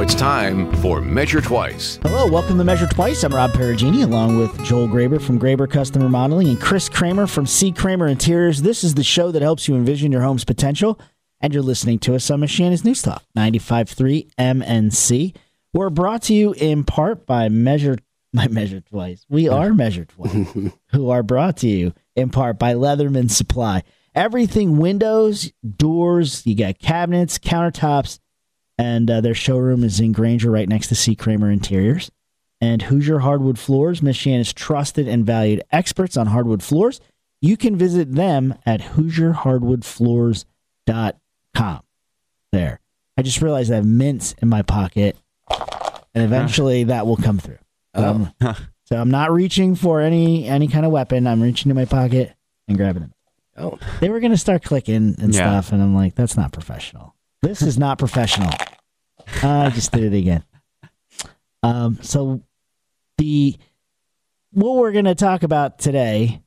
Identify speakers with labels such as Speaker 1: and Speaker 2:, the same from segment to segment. Speaker 1: it's time for Measure Twice.
Speaker 2: Hello, welcome to Measure Twice. I'm Rob Perugini, along with Joel Graber from Graber Customer Modeling and Chris Kramer from C. Kramer Interiors. This is the show that helps you envision your home's potential, and you're listening to us on Michiana's News Talk, 95.3 MNC. We're brought to you in part by Measure by Measure Twice. We are Measure Twice, who are brought to you in part by Leatherman Supply. Everything windows, doors, you got cabinets, countertops, and uh, their showroom is in Granger, right next to C. Kramer Interiors. And Hoosier Hardwood Floors, Miss Shannon's trusted and valued experts on hardwood floors. You can visit them at HoosierHardwoodFloors.com. There. I just realized I have mints in my pocket, and eventually that will come through. Um, so I'm not reaching for any any kind of weapon. I'm reaching to my pocket and grabbing them.
Speaker 3: Oh,
Speaker 2: They were gonna start clicking and
Speaker 4: Yeah.
Speaker 2: stuff, and I'm like, that's not professional. This is not professional. I just did it again. Um, so the what we're gonna talk about today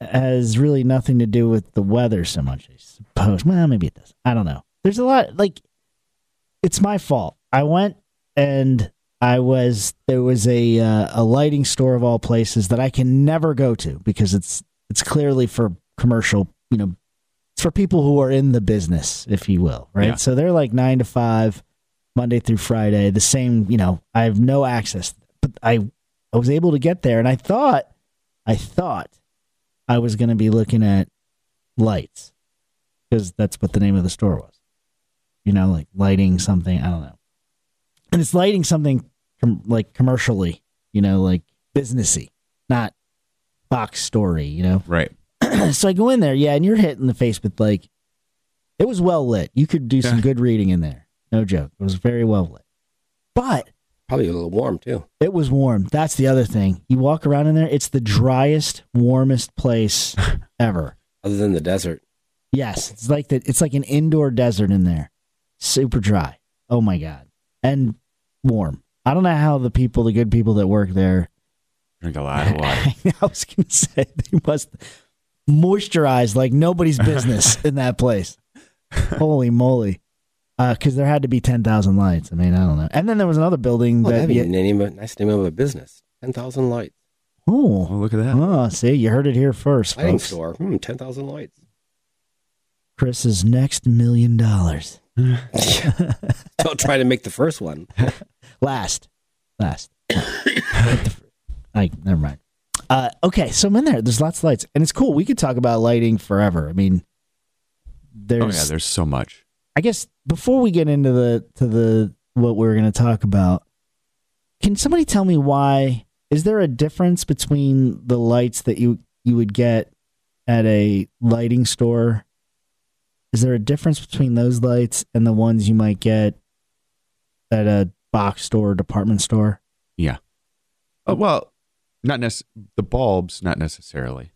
Speaker 2: has really nothing to do with the weather so much. I suppose. Well, maybe it does. I don't know. There's a lot like it's my fault. I went and I was there was a uh, a lighting store of all places that I can never go to because it's it's clearly for commercial, you know, it's for people who are in the business, if you will, right?
Speaker 4: Yeah.
Speaker 2: So they're like nine to five, Monday through Friday. The same, you know, I have no access, but I I was able to get there, and I thought I thought I was going to be looking at lights because that's what the name of the store was. You know, like lighting something. I don't know. And it's lighting something com- like commercially, you know, like businessy, not box story, you know?
Speaker 4: Right.
Speaker 2: so I go in there, yeah, and you're hit in the face with like, it was well lit. You could do some
Speaker 4: Yeah.
Speaker 2: good reading in there. No joke. It was very well lit. But
Speaker 3: probably a little warm too.
Speaker 2: it was warm. That's the other thing. You walk around in there, it's the driest, warmest place ever.
Speaker 3: Other than the desert,
Speaker 2: Yes, it's like the, It's like an indoor desert in there. Super dry. Oh my god, and warm. I don't know how the people, the good people that work there.
Speaker 4: Drink a lot of water.
Speaker 2: I was gonna say they must moisturize like nobody's business in that place. Holy moly! Because there had to be ten thousand lights. I mean, I don't know. And then there was another building
Speaker 3: oh,
Speaker 2: that.
Speaker 3: that'd be
Speaker 2: yeah-
Speaker 3: a name of, nice name of a business. Ten thousand lights
Speaker 2: oh,
Speaker 4: Oh, look at that.
Speaker 2: Oh, see, you heard it here first,
Speaker 3: lighting
Speaker 2: folks.
Speaker 3: store. Hmm, ten thousand lights.
Speaker 2: Chris's next million dollars.
Speaker 3: Don't try to make the first one.
Speaker 2: Last, last. I never mind. Uh, okay, so I'm in there. There's lots of lights, and it's cool. We could talk about lighting forever. I mean, there's.
Speaker 4: Oh yeah, there's so much.
Speaker 2: I guess before we get into the to the what we're going to talk about, can somebody tell me why? Is there a difference between the lights that you you would get at a lighting store? Is there a difference between those lights and the ones you might get at a box store, department store?
Speaker 4: Oh, well, not nec- the bulbs, not necessarily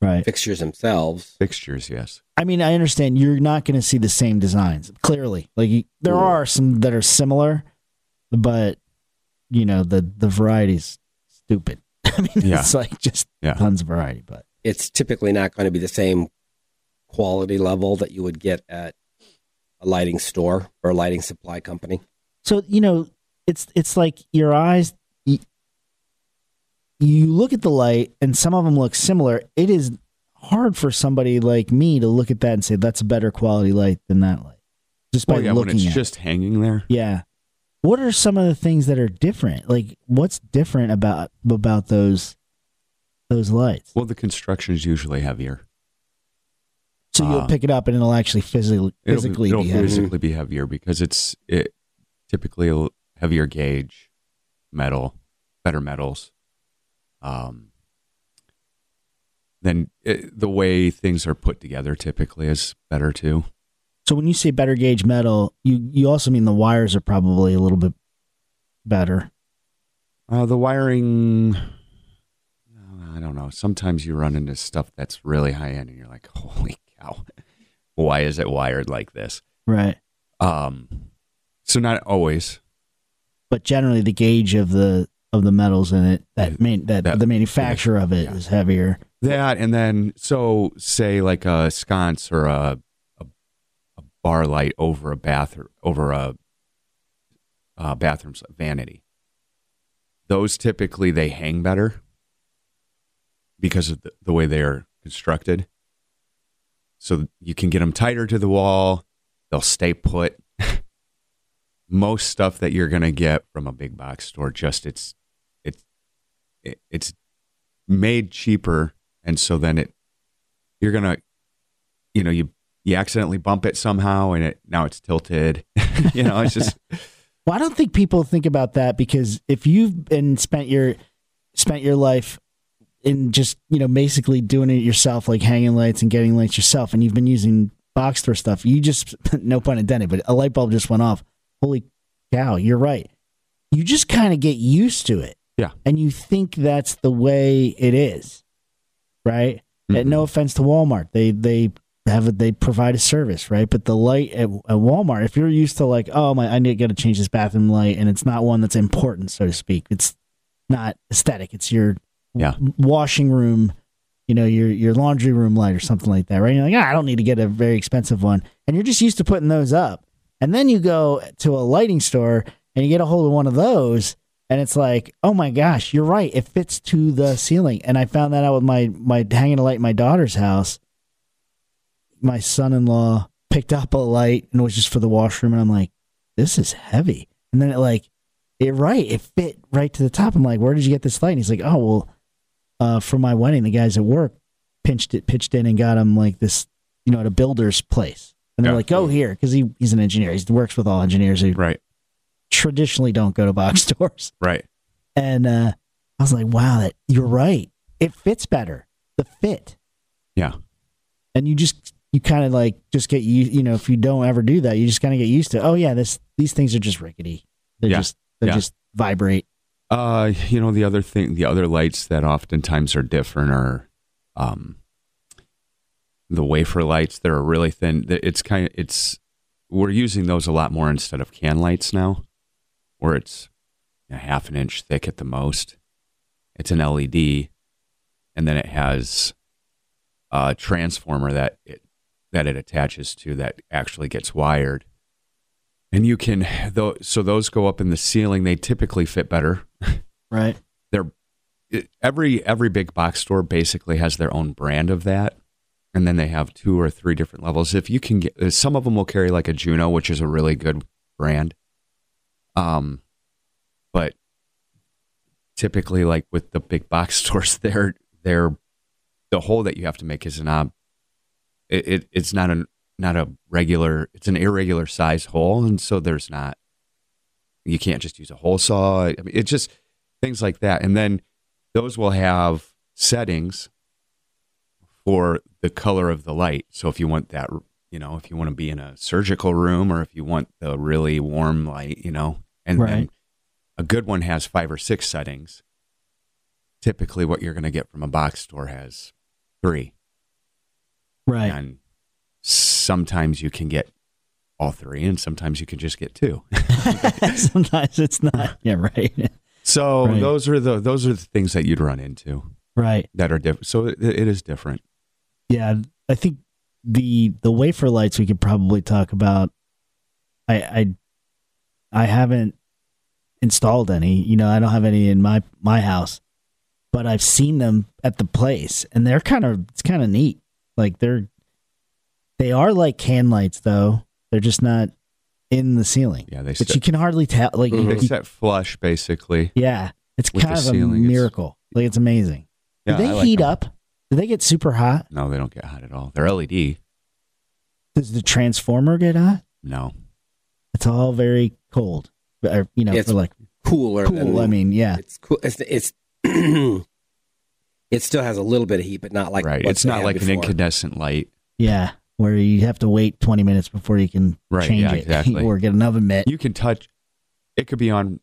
Speaker 2: Right.
Speaker 3: Fixtures themselves.
Speaker 4: fixtures. Yes.
Speaker 2: I mean, I understand you're not going to see the same designs. Clearly, like you, there
Speaker 3: Yeah.
Speaker 2: are some that are similar, but you know the the variety's stupid. I mean,
Speaker 4: Yeah.
Speaker 2: it's like just
Speaker 4: Yeah.
Speaker 2: tons of variety. But
Speaker 3: It's typically not going to be the same quality level that you would get at a lighting store or a lighting supply company.
Speaker 2: so you know, it's it's like your eyes. You, you look at the light, and some of them look similar. It is hard for somebody like me to look at that and say that's a better quality light than that light, just by
Speaker 4: Well, yeah, when
Speaker 2: looking
Speaker 4: it's
Speaker 2: at. it.
Speaker 4: just hanging there.
Speaker 2: Yeah. What are some of the things that are different? Like what's different about about those those lights?
Speaker 4: Well, the construction is usually heavier.
Speaker 2: So you'll
Speaker 4: uh,
Speaker 2: pick it up and it'll actually physically
Speaker 4: It'll,
Speaker 2: physically
Speaker 4: it'll
Speaker 2: be heavy.
Speaker 4: physically be heavier because it's it typically a l- heavier gauge metal, better metals. Um. Then it, the way things are put together typically is better too.
Speaker 2: So when you say better gauge metal, you you also mean the wires are probably a little bit better.
Speaker 4: Uh, the wiring, uh, I don't know. Sometimes you run into stuff that's really high end, and you're like, "Holy cow, why is it wired like this?"
Speaker 2: Right.
Speaker 4: Um, so not always.
Speaker 2: But generally the gauge of the of the metals in it that mean that,
Speaker 4: That-
Speaker 2: the manufacturer of it is
Speaker 4: yeah.
Speaker 2: heavier.
Speaker 4: That and then so say like a sconce or a a, a bar light over a bath or over a uh, bathroom sl- vanity. Those typically they hang better because of the, the way they are constructed. So you can get them tighter to the wall. They'll stay put. Most stuff that you're gonna get from a big box store, just it's it's it, it's made cheaper, and so then it you're gonna you know you you accidentally bump it somehow and it now it's tilted you know it's just
Speaker 2: Well, I don't think people think about that because if you've been spent your spent your life in just you know basically doing it yourself, like hanging lights and getting lights yourself, and you've been using box store stuff, you just no pun intended, but a light bulb just went off. Holy cow! You're right. You just kind of get used to it,
Speaker 4: Yeah.
Speaker 2: and you think that's the way it is, right?
Speaker 4: Mm-hmm.
Speaker 2: And no offense to Walmart, they they have a, they provide a service, right? But the light at, at Walmart, if you're used to like, oh my, I need to get to change this bathroom light, and it's not one that's important, so to speak. It's not aesthetic. It's your
Speaker 4: Yeah.
Speaker 2: w- washing room, you know, your your laundry room light or something like that, right? You're like, ah, I don't need to get a very expensive one, and you're just used to putting those up, and then you go to a lighting store and you get a hold of one of those. And it's like, oh my gosh, you're right. It fits to the ceiling. And I found that out with my my hanging a light in my daughter's house my son-in-law picked up a light and it was just for the washroom and I'm like, this is heavy. And then it like it right, it fit right to the top. I'm like, where did you get this light? And he's like, oh well, uh, for my wedding, the guys at work pinched it, pitched in, and got him like this, you know, at a builder's place. And they're
Speaker 4: Yeah.
Speaker 2: like, go here because he he's an engineer. He works with all engineers who
Speaker 4: right
Speaker 2: traditionally don't go to box stores.
Speaker 4: right
Speaker 2: And uh, I was like, wow, that you're right. It fits better. The fit
Speaker 4: yeah
Speaker 2: and you just you kind of like just get you you know if you don't ever do that you just kind of get used to oh yeah this these things are just rickety they
Speaker 4: Yeah.
Speaker 2: just they
Speaker 4: Yeah.
Speaker 2: just vibrate
Speaker 4: uh you know the other thing the other lights that oftentimes are different are um the wafer lights they're really thin it's kind of it's we're using those a lot more instead of can lights now where it's a half an inch thick at the most it's an led and then it has a transformer that it that it attaches to that actually gets wired and you can though so those go up in the ceiling they typically fit better
Speaker 2: right
Speaker 4: they're it- every every big box store basically has their own brand of that and then they have two or three different levels if you can get uh, some of them will carry like a juno which is a really good brand um but typically like with the big box stores they're they're the hole that you have to make is an ob it, it it's not an not a regular it's an irregular size hole and so there's not you can't just use a hole saw. I mean, it just things like that. And then those will have settings for the color of the light. So if you want that, you know, if you want to be in a surgical room or if you want the really warm light, you know, and
Speaker 2: Right.
Speaker 4: then a good one has five or six settings. Typically, what you're going to get from a box store has three,
Speaker 2: right
Speaker 4: and sometimes you can get all three, and sometimes you can just get two.
Speaker 2: sometimes it's not yeah right
Speaker 4: So
Speaker 2: Right.
Speaker 4: those are the those are the things that you'd run into
Speaker 2: right
Speaker 4: that are different. So it, it is different.
Speaker 2: yeah i think the the wafer lights we could probably talk about i i i haven't installed any you know i don't have any in my my house but i've seen them at the place and they're kind of it's kind of neat like they're they are like can lights though they're just not in the ceiling
Speaker 4: Yeah, they
Speaker 2: but you
Speaker 4: set,
Speaker 2: can hardly tell like you,
Speaker 4: they
Speaker 2: you-
Speaker 4: set flush basically.
Speaker 2: yeah it's
Speaker 4: with the
Speaker 2: kind of a
Speaker 4: ceiling, it's-
Speaker 2: miracle like it's amazing
Speaker 4: Yeah,
Speaker 2: do
Speaker 4: I
Speaker 2: they
Speaker 4: like
Speaker 2: heat
Speaker 4: them.
Speaker 2: up do they get super hot
Speaker 4: No, they don't get hot at all. They're E LED.
Speaker 2: does the transformer get hot
Speaker 4: No,
Speaker 2: It's all very cold. Or, you know,
Speaker 3: It's
Speaker 2: for like
Speaker 3: Cooler.
Speaker 2: cool. I mean, yeah,
Speaker 3: it's cool. It's it's it still has a little bit of heat, but not like
Speaker 4: right.
Speaker 3: what
Speaker 4: It's
Speaker 3: they
Speaker 4: not
Speaker 3: had
Speaker 4: like an
Speaker 3: before.
Speaker 4: incandescent light.
Speaker 2: yeah. Where you have to wait twenty minutes before you can
Speaker 4: Right,
Speaker 2: change
Speaker 4: yeah,
Speaker 2: it
Speaker 4: exactly.
Speaker 2: or get an oven mitt.
Speaker 4: You can touch. It could be on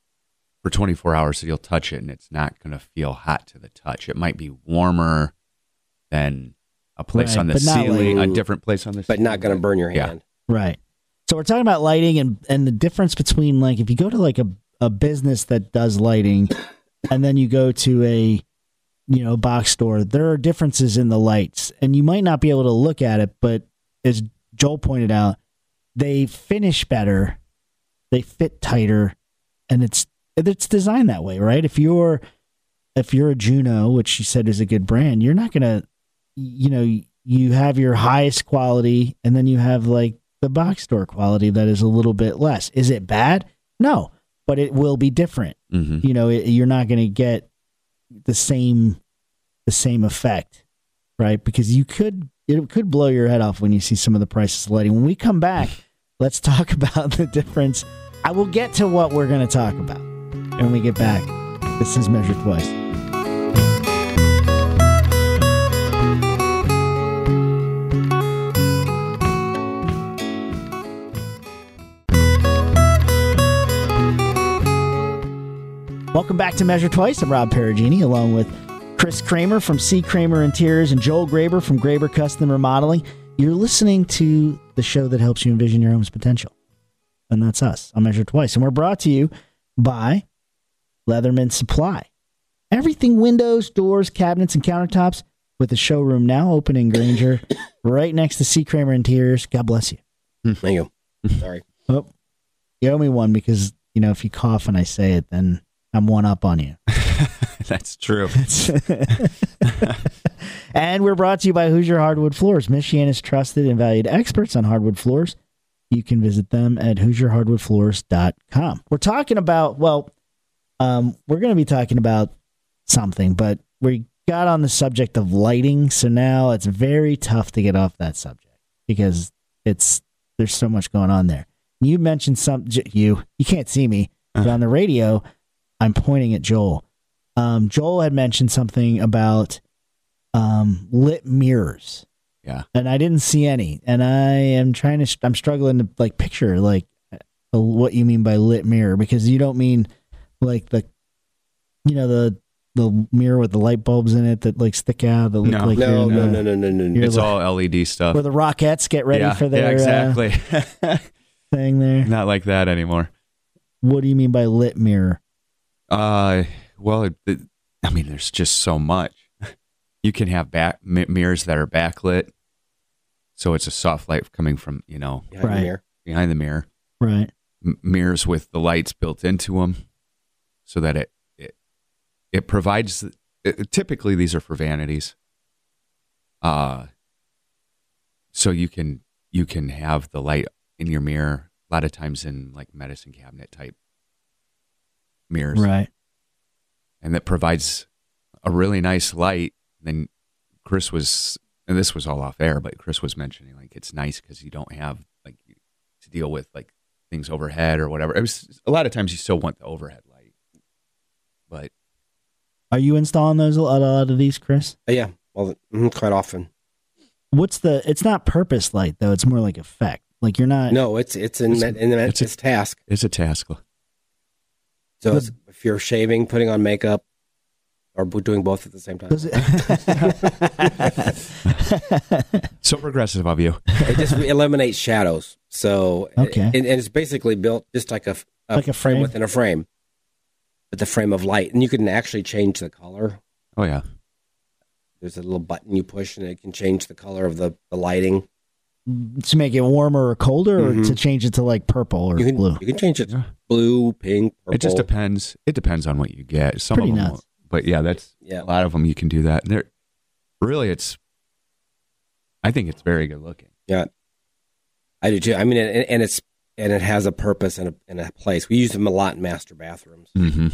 Speaker 4: for 24 hours, so you'll touch it, and it's not going to feel hot to the touch. It might be warmer than a place
Speaker 2: Right,
Speaker 4: on the
Speaker 2: but not like-
Speaker 4: ceiling, a different place on the,
Speaker 3: but not going to
Speaker 4: ceiling.
Speaker 3: burn your
Speaker 4: Yeah.
Speaker 3: hand.
Speaker 2: Right. So we're talking about lighting and and the difference between like if you go to like a a business that does lighting, and then you go to a you know box store, there are differences in the lights, and you might not be able to look at it, but as Joel pointed out, they finish better, they fit tighter, and it's it's designed that way, right? If you're if you're a Juno, which you said is a good brand, you're not gonna, you know, you have your highest quality, and then you have like the box store quality that is a little bit less. Is it bad? No, but it will be different.
Speaker 4: Mm-hmm.
Speaker 2: You know, it, you're not gonna get the same the same effect, right? Because you could it could blow your head off when you see some of the prices of lighting. When we come back, let's talk about the difference. I will get to what we're going to talk about when we get back. This is Measure Twice. Welcome back to Measure Twice. I'm Rob Perugini, along with Chris Kramer from C. Kramer Interiors and Joel Graber from Graber Custom Remodeling. You're listening to the show that helps you envision your home's potential. And that's us on Measure Twice. And we're brought to you by Leatherman Supply. Everything windows, doors, cabinets, and countertops with the showroom now open in Granger, right next to C. Kramer Interiors. God bless you.
Speaker 3: Thank you. Sorry.
Speaker 2: Oh, you owe me one because, you know, if you cough and I say it, then I'm one up on you.
Speaker 4: That's true.
Speaker 2: and we're brought to you by Hoosier Hardwood Floors. Michigan is trusted and valued experts on hardwood floors. You can visit them at HoosierHardwoodFloors.com. We're talking about, well, um, we're going to be talking about something, but we got on the subject of lighting. So now it's very tough to get off that subject because it's there's so much going on there. You mentioned some, J- you, you can't see me, but
Speaker 4: Uh-huh.
Speaker 2: on the radio, I'm pointing at Joel um, Joel had mentioned something about um, lit mirrors,
Speaker 4: Yeah.
Speaker 2: and I didn't see any. And I am trying to, I'm struggling to like picture like uh, what you mean by lit mirror because you don't mean like the, you know the the mirror with the light bulbs in it that like stick out that look
Speaker 4: No.
Speaker 2: like
Speaker 3: No,
Speaker 2: you're in
Speaker 3: no,
Speaker 2: a-
Speaker 3: no, no, no, no, no.
Speaker 2: you're
Speaker 4: It's
Speaker 2: like-
Speaker 4: all LED stuff.
Speaker 2: where the Rockettes get ready
Speaker 4: yeah,
Speaker 2: for
Speaker 4: yeah,
Speaker 2: their uh,
Speaker 4: exactly.
Speaker 2: thing there.
Speaker 4: Not like that anymore.
Speaker 2: What do you mean by lit mirror?
Speaker 4: Uh, well, it, it- I mean, there's just so much. You can have back mi- mirrors that are backlit, so it's a soft light coming from you know
Speaker 3: Behind the
Speaker 2: Right.
Speaker 3: mirror.
Speaker 4: behind the mirror.
Speaker 2: Right.
Speaker 4: M- mirrors with the lights built into them, so that it it it provides. It, typically, these are for vanities. Uh, so you can you can have the light in your mirror. A lot of times in like medicine cabinet type mirrors,
Speaker 2: Right.
Speaker 4: and that provides a really nice light. Then Chris was, and this was all off air, but Chris was mentioning like it's nice because you don't have like you- to deal with like things overhead or whatever. It was a lot of times you still want the overhead light, but
Speaker 2: Are you installing those a lot, a lot of these, Chris?
Speaker 3: Oh, yeah. Well, mhm, quite often.
Speaker 2: What's the? It's not purpose light though. It's more like effect. Like you're not.
Speaker 3: No, it's it's in
Speaker 4: It's-
Speaker 3: that in that
Speaker 4: it's a-
Speaker 3: it's task.
Speaker 4: it's a task.
Speaker 3: So it's, if you're shaving, putting on makeup, or bo- doing both at the same time,
Speaker 2: Does it?
Speaker 4: So progressive of you.
Speaker 3: it just eliminates shadows. So
Speaker 2: Okay.
Speaker 3: and, and it's basically built just like a, f-
Speaker 2: Like a frame?
Speaker 3: within a frame, but the frame of light, and you can actually change the color.
Speaker 4: Oh yeah,
Speaker 3: There's a little button you push, and it can change the color of the, the lighting.
Speaker 2: to make it warmer or colder, or
Speaker 3: Mhm.
Speaker 2: to change it to like purple or
Speaker 3: You can
Speaker 2: blue.
Speaker 3: you can change it
Speaker 4: Yeah.
Speaker 3: blue, pink, purple.
Speaker 4: it just depends. It depends on what you get. Some
Speaker 2: Pretty
Speaker 4: of them,
Speaker 2: nuts.
Speaker 4: won't. but yeah, that's
Speaker 3: Yeah.
Speaker 4: a lot of them. You can do that. And they're really, it's. I think it's very good looking.
Speaker 3: Yeah, I do too. I mean, and, and it's and it has a purpose and a, and a place. We use them a lot in master bathrooms,
Speaker 4: Mm-hmm.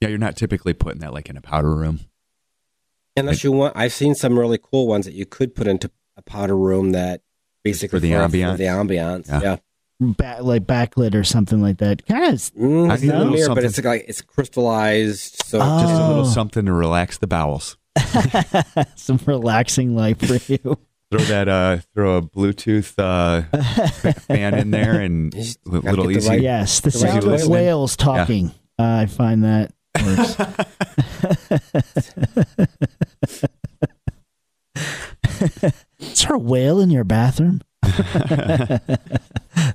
Speaker 4: Yeah, you're not typically putting that like in a powder room.
Speaker 3: unless you want. I've seen some really cool ones that you could put into a powder room that basically
Speaker 4: For the ambiance.
Speaker 3: the ambiance,
Speaker 4: Yeah.
Speaker 3: yeah.
Speaker 2: Ba- like backlit or something like that. Kind of.
Speaker 3: Mm,
Speaker 4: I
Speaker 3: it's
Speaker 4: need a
Speaker 3: not a
Speaker 4: little
Speaker 3: mirror, but
Speaker 4: something.
Speaker 3: it's like it's crystallized. So
Speaker 2: Oh.
Speaker 4: Just a little something to relax the bowels.
Speaker 2: Some relaxing light for you.
Speaker 4: Throw that, uh, throw a Bluetooth uh, fan in there and
Speaker 3: Just
Speaker 4: a little
Speaker 3: get the
Speaker 4: easy.
Speaker 3: right-
Speaker 2: Yes, the
Speaker 3: So when
Speaker 2: sound
Speaker 4: you
Speaker 2: of
Speaker 4: listen-
Speaker 2: whales talking. Uh, I find that works. is there a whale in your bathroom?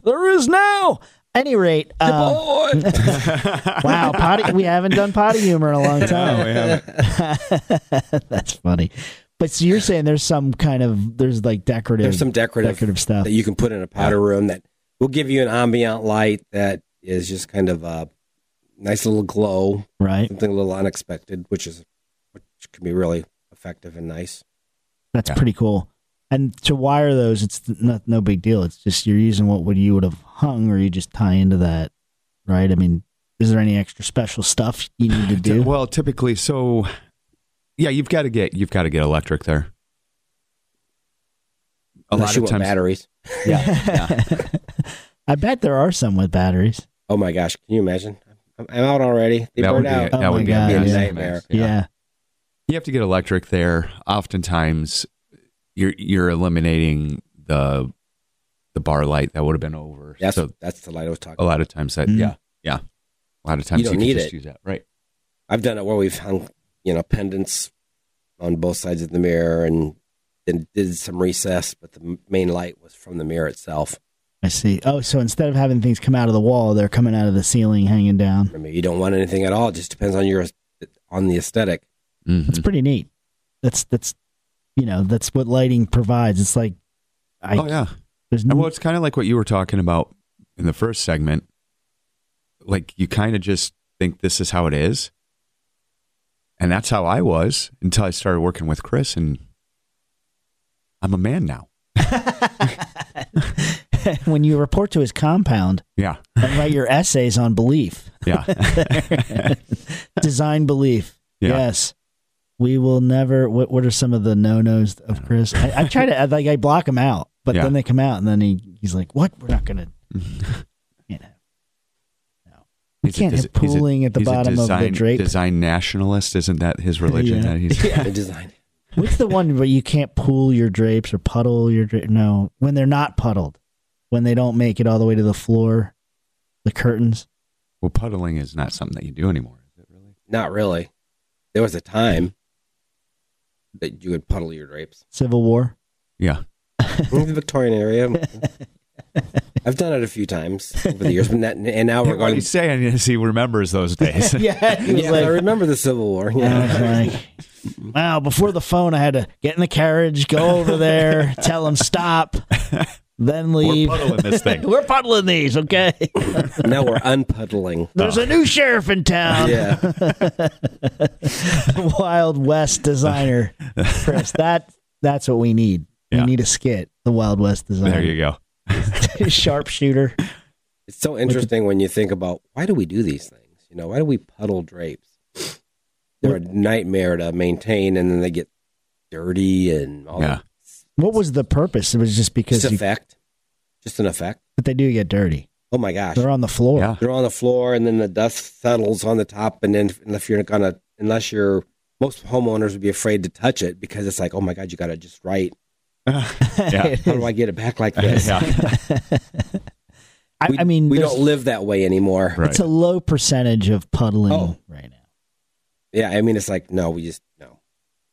Speaker 2: there is now. Any rate,
Speaker 4: Oh.
Speaker 2: uh,
Speaker 3: Boy!
Speaker 2: wow, potty, we haven't done potty humor in a long time.
Speaker 4: Oh, yeah.
Speaker 2: That's funny. But so you're saying there's some kind of there's like decorative
Speaker 3: There's some decorative,
Speaker 2: decorative stuff.
Speaker 3: that you can put in a powder room that will give you an ambient light that is just kind of uh, nice little glow,
Speaker 2: right?
Speaker 3: something a little unexpected, which is which can be really effective and nice.
Speaker 2: That's
Speaker 4: Yeah.
Speaker 2: pretty cool. And to wire those, it's th- not no big deal. It's just you're using what would you would have hung, or you just tie into that, right? I mean, is there any extra special stuff you need to do?
Speaker 4: Well, typically, so yeah, you've got to get you've got to get electric there. A
Speaker 3: Unless
Speaker 4: lot of
Speaker 3: you want
Speaker 4: times,
Speaker 3: batteries.
Speaker 2: I bet there are some with batteries.
Speaker 3: Oh my gosh, can you imagine? I'm, I'm out already. They
Speaker 4: that would
Speaker 3: burned
Speaker 4: be
Speaker 3: out.
Speaker 2: Oh
Speaker 4: that
Speaker 2: my
Speaker 4: would be
Speaker 2: God,
Speaker 4: a
Speaker 2: yeah.
Speaker 4: nightmare.
Speaker 2: Yeah,
Speaker 4: you have to get electric there. Oftentimes, you're you're eliminating the the bar light that would have been over.
Speaker 3: That's
Speaker 4: so
Speaker 3: that's the light I was
Speaker 4: a
Speaker 3: talking.
Speaker 4: lot of times that
Speaker 2: Mm.
Speaker 4: yeah yeah a lot of times
Speaker 3: You
Speaker 4: you,
Speaker 3: don't
Speaker 4: can
Speaker 3: need
Speaker 4: just
Speaker 3: it.
Speaker 4: use that right.
Speaker 3: I've done it where we've hung, you know, pendants on both sides of the mirror and then did some recess, but the m- main light was from the mirror itself.
Speaker 2: I see. Oh, so instead of having things come out of the wall, they're coming out of the ceiling, hanging down.
Speaker 3: I mean, you don't want anything at all. It just depends on your on the aesthetic.
Speaker 4: Mhm.
Speaker 2: It's pretty neat. That's that's you know that's what lighting provides. It's like I
Speaker 4: Oh yeah.
Speaker 2: there's
Speaker 4: And
Speaker 2: no
Speaker 4: well, it's kind of like what you were talking about in the first segment. Like you kind of just think this is how it is, and that's how I was until I started working with Chris, and I'm a man now.
Speaker 2: when you report to his compound
Speaker 4: Yeah,
Speaker 2: and write your essays on belief,
Speaker 4: yeah,
Speaker 2: design belief.
Speaker 4: Yeah.
Speaker 2: Yes. We will never. What, what are some of the no nos of Chris? I, I try to I, like I block him out, but
Speaker 4: Yeah.
Speaker 2: then they come out, and then he, he's like, "What? We're not gonna." You know, we
Speaker 4: He's a
Speaker 2: can't
Speaker 4: desi-
Speaker 2: have
Speaker 4: he's a-
Speaker 2: pooling at the
Speaker 4: he's a
Speaker 2: bottom of the
Speaker 4: design-
Speaker 2: drape.
Speaker 4: Design nationalist isn't that his religion?
Speaker 2: Yeah.
Speaker 4: That he's
Speaker 3: The design.
Speaker 2: What's the one where you can't pool your drapes or puddle your dra No, when they're not puddled, when they don't make it all the way to the floor, the curtains.
Speaker 4: well, puddling is not something that you do anymore, is it really?
Speaker 3: Not really. There was a time that you would puddle your drapes.
Speaker 2: Civil War.
Speaker 4: Yeah,
Speaker 3: In the Victorian area. I've done it a few times over the years, but not, and now we're
Speaker 4: what
Speaker 3: going.
Speaker 4: he's saying is he remembers those days.
Speaker 2: Yeah, he was
Speaker 3: Yeah, I
Speaker 2: like,
Speaker 3: remember the Civil War.
Speaker 2: I
Speaker 3: Yeah.
Speaker 2: was like, wow, before the phone, I had to get in the carriage, go over there, tell them stop, then
Speaker 4: We're
Speaker 2: leave.
Speaker 4: puddling this thing.
Speaker 2: We're puddling these, okay?
Speaker 3: now we're unpuddling. Um,
Speaker 2: There's a new sheriff in town.
Speaker 3: Yeah,
Speaker 2: Wild West designer, Chris. That that's what we need.
Speaker 4: Yeah.
Speaker 2: We need a skit. The Wild West
Speaker 4: There
Speaker 2: designer,
Speaker 4: you go.
Speaker 2: sharpshooter.
Speaker 3: it's so interesting when you think about why do we do these things? You know, why do we puddle drapes? They're a nightmare to maintain, and then they get dirty and all.
Speaker 4: Yeah.
Speaker 3: That.
Speaker 2: What was the purpose? It was just because
Speaker 3: Just
Speaker 2: you,
Speaker 3: effect, just an effect.
Speaker 2: but they do get dirty.
Speaker 3: Oh my gosh,
Speaker 2: They're on the floor.
Speaker 4: Yeah.
Speaker 3: they're on the floor and then the dust settles on the top and then if you're gonna unless you're most homeowners would be afraid to touch it because it's like oh my god you got it just right
Speaker 4: Yeah.
Speaker 3: how do i get it back like this
Speaker 4: yeah.
Speaker 2: I,
Speaker 3: we,
Speaker 2: I mean,
Speaker 3: we
Speaker 2: there's-
Speaker 3: don't live that way anymore
Speaker 4: Right.
Speaker 2: it's a low percentage of puddling
Speaker 3: Oh.
Speaker 2: right now.
Speaker 3: yeah i mean it's like no we just no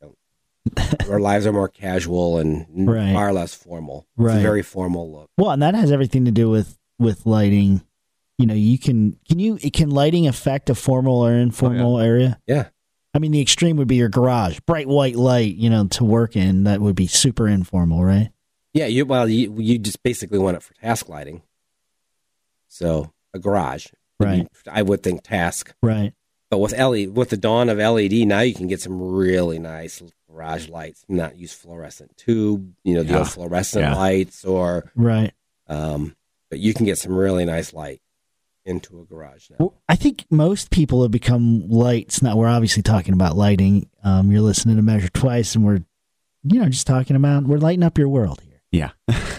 Speaker 3: Don't. our lives are more casual and n-
Speaker 2: Right.
Speaker 3: far less formal it's
Speaker 2: Right.
Speaker 3: a very formal look
Speaker 2: Well, and that has everything to do with with lighting. You know, you can can you can lighting affect a formal or informal area?
Speaker 3: Oh, yeah
Speaker 2: I mean, the extreme would be your garage, bright white light, you know, to work in. That would be super informal, right?
Speaker 3: yeah you well you, you just basically want it for task lighting so a garage
Speaker 2: Right.
Speaker 3: i would think task
Speaker 2: Right.
Speaker 3: But with LED, with the dawn of LED, now you can get some really nice garage lights. Not use fluorescent tube, you know, the
Speaker 4: Yeah.
Speaker 3: old fluorescent
Speaker 4: Yeah.
Speaker 3: lights, or
Speaker 2: Right.
Speaker 3: um, but you can get some really nice light into a garage now.
Speaker 2: Well, I think most people have become lights. Now we're obviously talking about lighting. Um, you're listening to Measure Twice, and we're, you know, just talking about we're lighting up your world here.
Speaker 4: Yeah.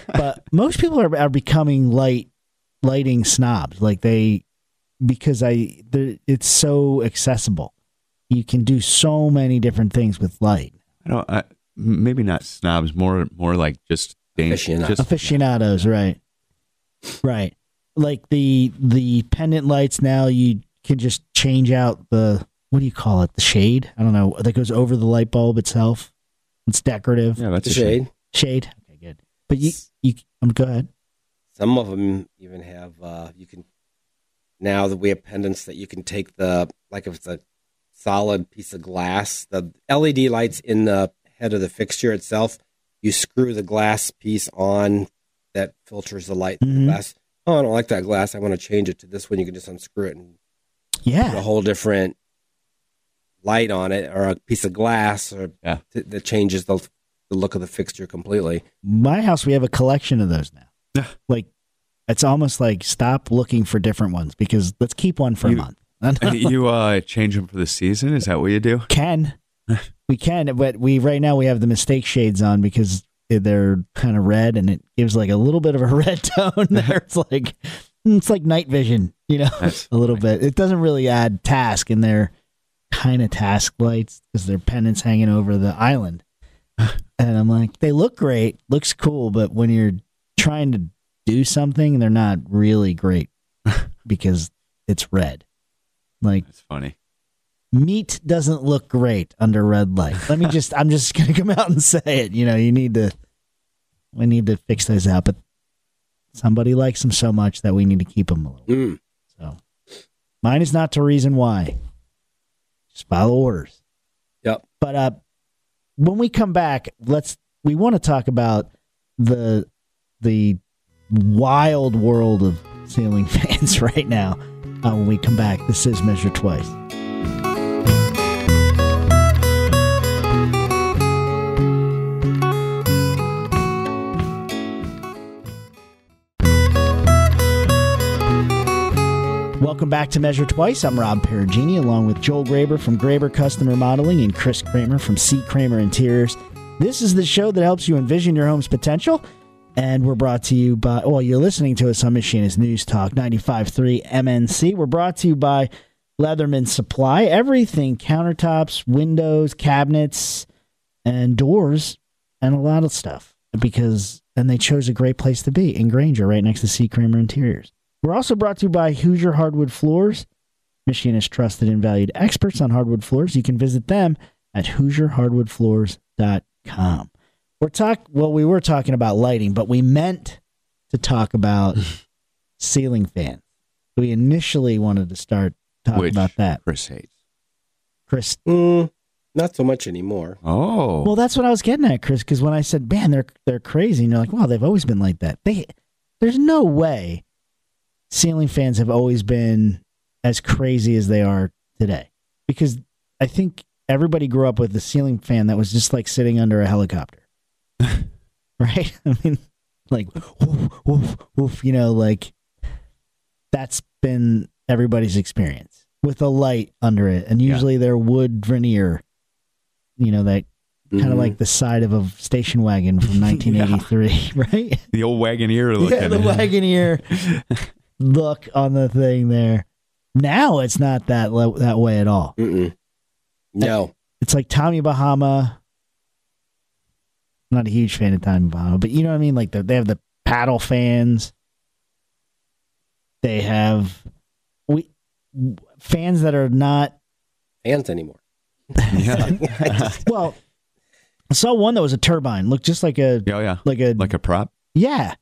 Speaker 2: But most people are, are becoming light lighting snobs, like they because I there- it's so accessible. You can do so many different things with light.
Speaker 4: I don't. I, maybe not snobs. More, more like just dang-
Speaker 3: Aficionado.
Speaker 4: just-
Speaker 2: Aficionados, right? Right. Like the the pendant lights now you can just change out the what do you call it? The shade? I don't know. That goes over the light bulb itself. It's decorative.
Speaker 4: Yeah, that's
Speaker 3: The
Speaker 4: a shame.
Speaker 3: shade.
Speaker 2: Shade. Okay, good. But you you I'm go ahead.
Speaker 3: Some of them even have uh, you can now that we have pendants that you can take the like if it's a solid piece of glass, the LED lights in the head of the fixture itself. You screw the glass piece on that filters the light through
Speaker 2: Mhm.
Speaker 3: the glass. Oh, I don't like that glass. I want to change it to this one. You can just unscrew it and put a
Speaker 2: Yeah.
Speaker 3: whole different light on it or a piece of glass or
Speaker 4: Yeah.
Speaker 3: t- that changes the, the look of the fixture completely.
Speaker 2: My house, we have a collection of those now.
Speaker 4: Yeah.
Speaker 2: Like, it's almost like stop looking for different ones because let's keep one for
Speaker 4: You-
Speaker 2: a month.
Speaker 4: And you uh, change them for the season? Is that what you do?
Speaker 2: can. we can, but we right now we have the mistake shades on because they're kind of red and it gives like a little bit of a red tone there. It's like it's like night vision, you know,
Speaker 4: That's
Speaker 2: a little bit. It doesn't really add task and they're kind of task lights because their pennants hanging over the island. and I'm like, they look great, looks cool, but when you're trying to do something, they're not really great because it's red. Like
Speaker 4: That's funny.
Speaker 2: meat doesn't look great under red light. Let me just I'm just gonna come out and say it. You know, you need to we need to fix those out, but somebody likes them so much that we need to keep them a little.
Speaker 3: Mm.
Speaker 2: So mine is not to reason why. Just follow orders.
Speaker 3: Yep.
Speaker 2: But uh when we come back, let's we want to talk about the the wild world of sailing fans right now. Uh, when we come back, this is Measure Twice. Welcome back to Measure Twice. I'm Rob Perugini, along with Joel Graber from Graber Customer Modeling and Chris Kramer from C. Kramer Interiors. This is the show that helps you envision your home's potential. And we're brought to you by, well, you're listening to us on Machinist News Talk 95.3 MNC. We're brought to you by Leatherman Supply. Everything countertops, windows, cabinets, and doors, and a lot of stuff. Because, and they chose a great place to be in Granger, right next to C. Kramer Interiors. We're also brought to you by Hoosier Hardwood Floors. Michigan is trusted and valued experts on hardwood floors. You can visit them at HoosierHardwoodFloors.com. We're talk well, we were talking about lighting, but we meant to talk about ceiling fans. We initially wanted to start talking
Speaker 4: Which
Speaker 2: about that.
Speaker 4: Chris hates.
Speaker 2: Chris
Speaker 3: Mm, not so much anymore.
Speaker 4: Oh.
Speaker 2: Well, that's what I was getting at, Chris. Because when I said, "Man, they're they're crazy," and you're like, "Wow, they've always been like that." They, there's no way, ceiling fans have always been as crazy as they are today. Because I think everybody grew up with a ceiling fan that was just like sitting under a helicopter, right? I mean, like woof, woof, woof. You know, like that's been everybody's experience with a light under it, and
Speaker 4: Yeah.
Speaker 2: usually their wood veneer. You know that kind of
Speaker 3: Mhm.
Speaker 2: like the side of a station wagon from 1983, right?
Speaker 4: the old Wagoneer looking.
Speaker 2: Yeah, the Wagoneer look on the thing there. Now it's not that lo- that way at all.
Speaker 3: Mm-mm. No.
Speaker 2: It's like Tommy Bahama. I'm not a huge fan of Tommy Bahama, but you know what I mean. Like the, they have the paddle fans. They have we fans that are not
Speaker 3: Fans anymore.
Speaker 4: yeah.
Speaker 2: well. I saw one that was a turbine, looked just like a
Speaker 4: Yeah, yeah.
Speaker 2: like a
Speaker 4: Like a prop.
Speaker 2: Yeah.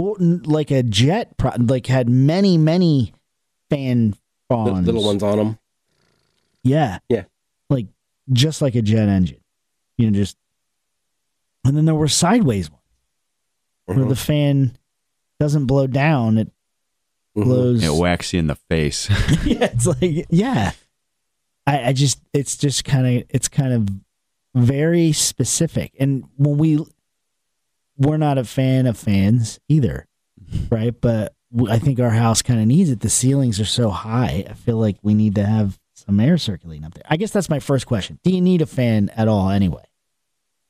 Speaker 2: Or, n- Like a jet, pro- like had many, many fan
Speaker 3: Li-
Speaker 2: fawns.
Speaker 3: little ones on them.
Speaker 2: Yeah.
Speaker 3: Yeah.
Speaker 2: Like just like a jet engine. You know, just. And then there were sideways ones
Speaker 3: Uh-huh.
Speaker 2: where the fan doesn't blow down, it
Speaker 3: Mm-hmm.
Speaker 2: blows.
Speaker 4: It whacks you in the face.
Speaker 2: yeah, it's like yeah. I, I just it's just kind of it's kind of very specific, and when we we're not a fan of fans either, right? But w- I think our house kind of needs it. The ceilings are so high. I feel like we need to have some air circulating up there. I guess that's my first question. Do you need a fan at all anyway?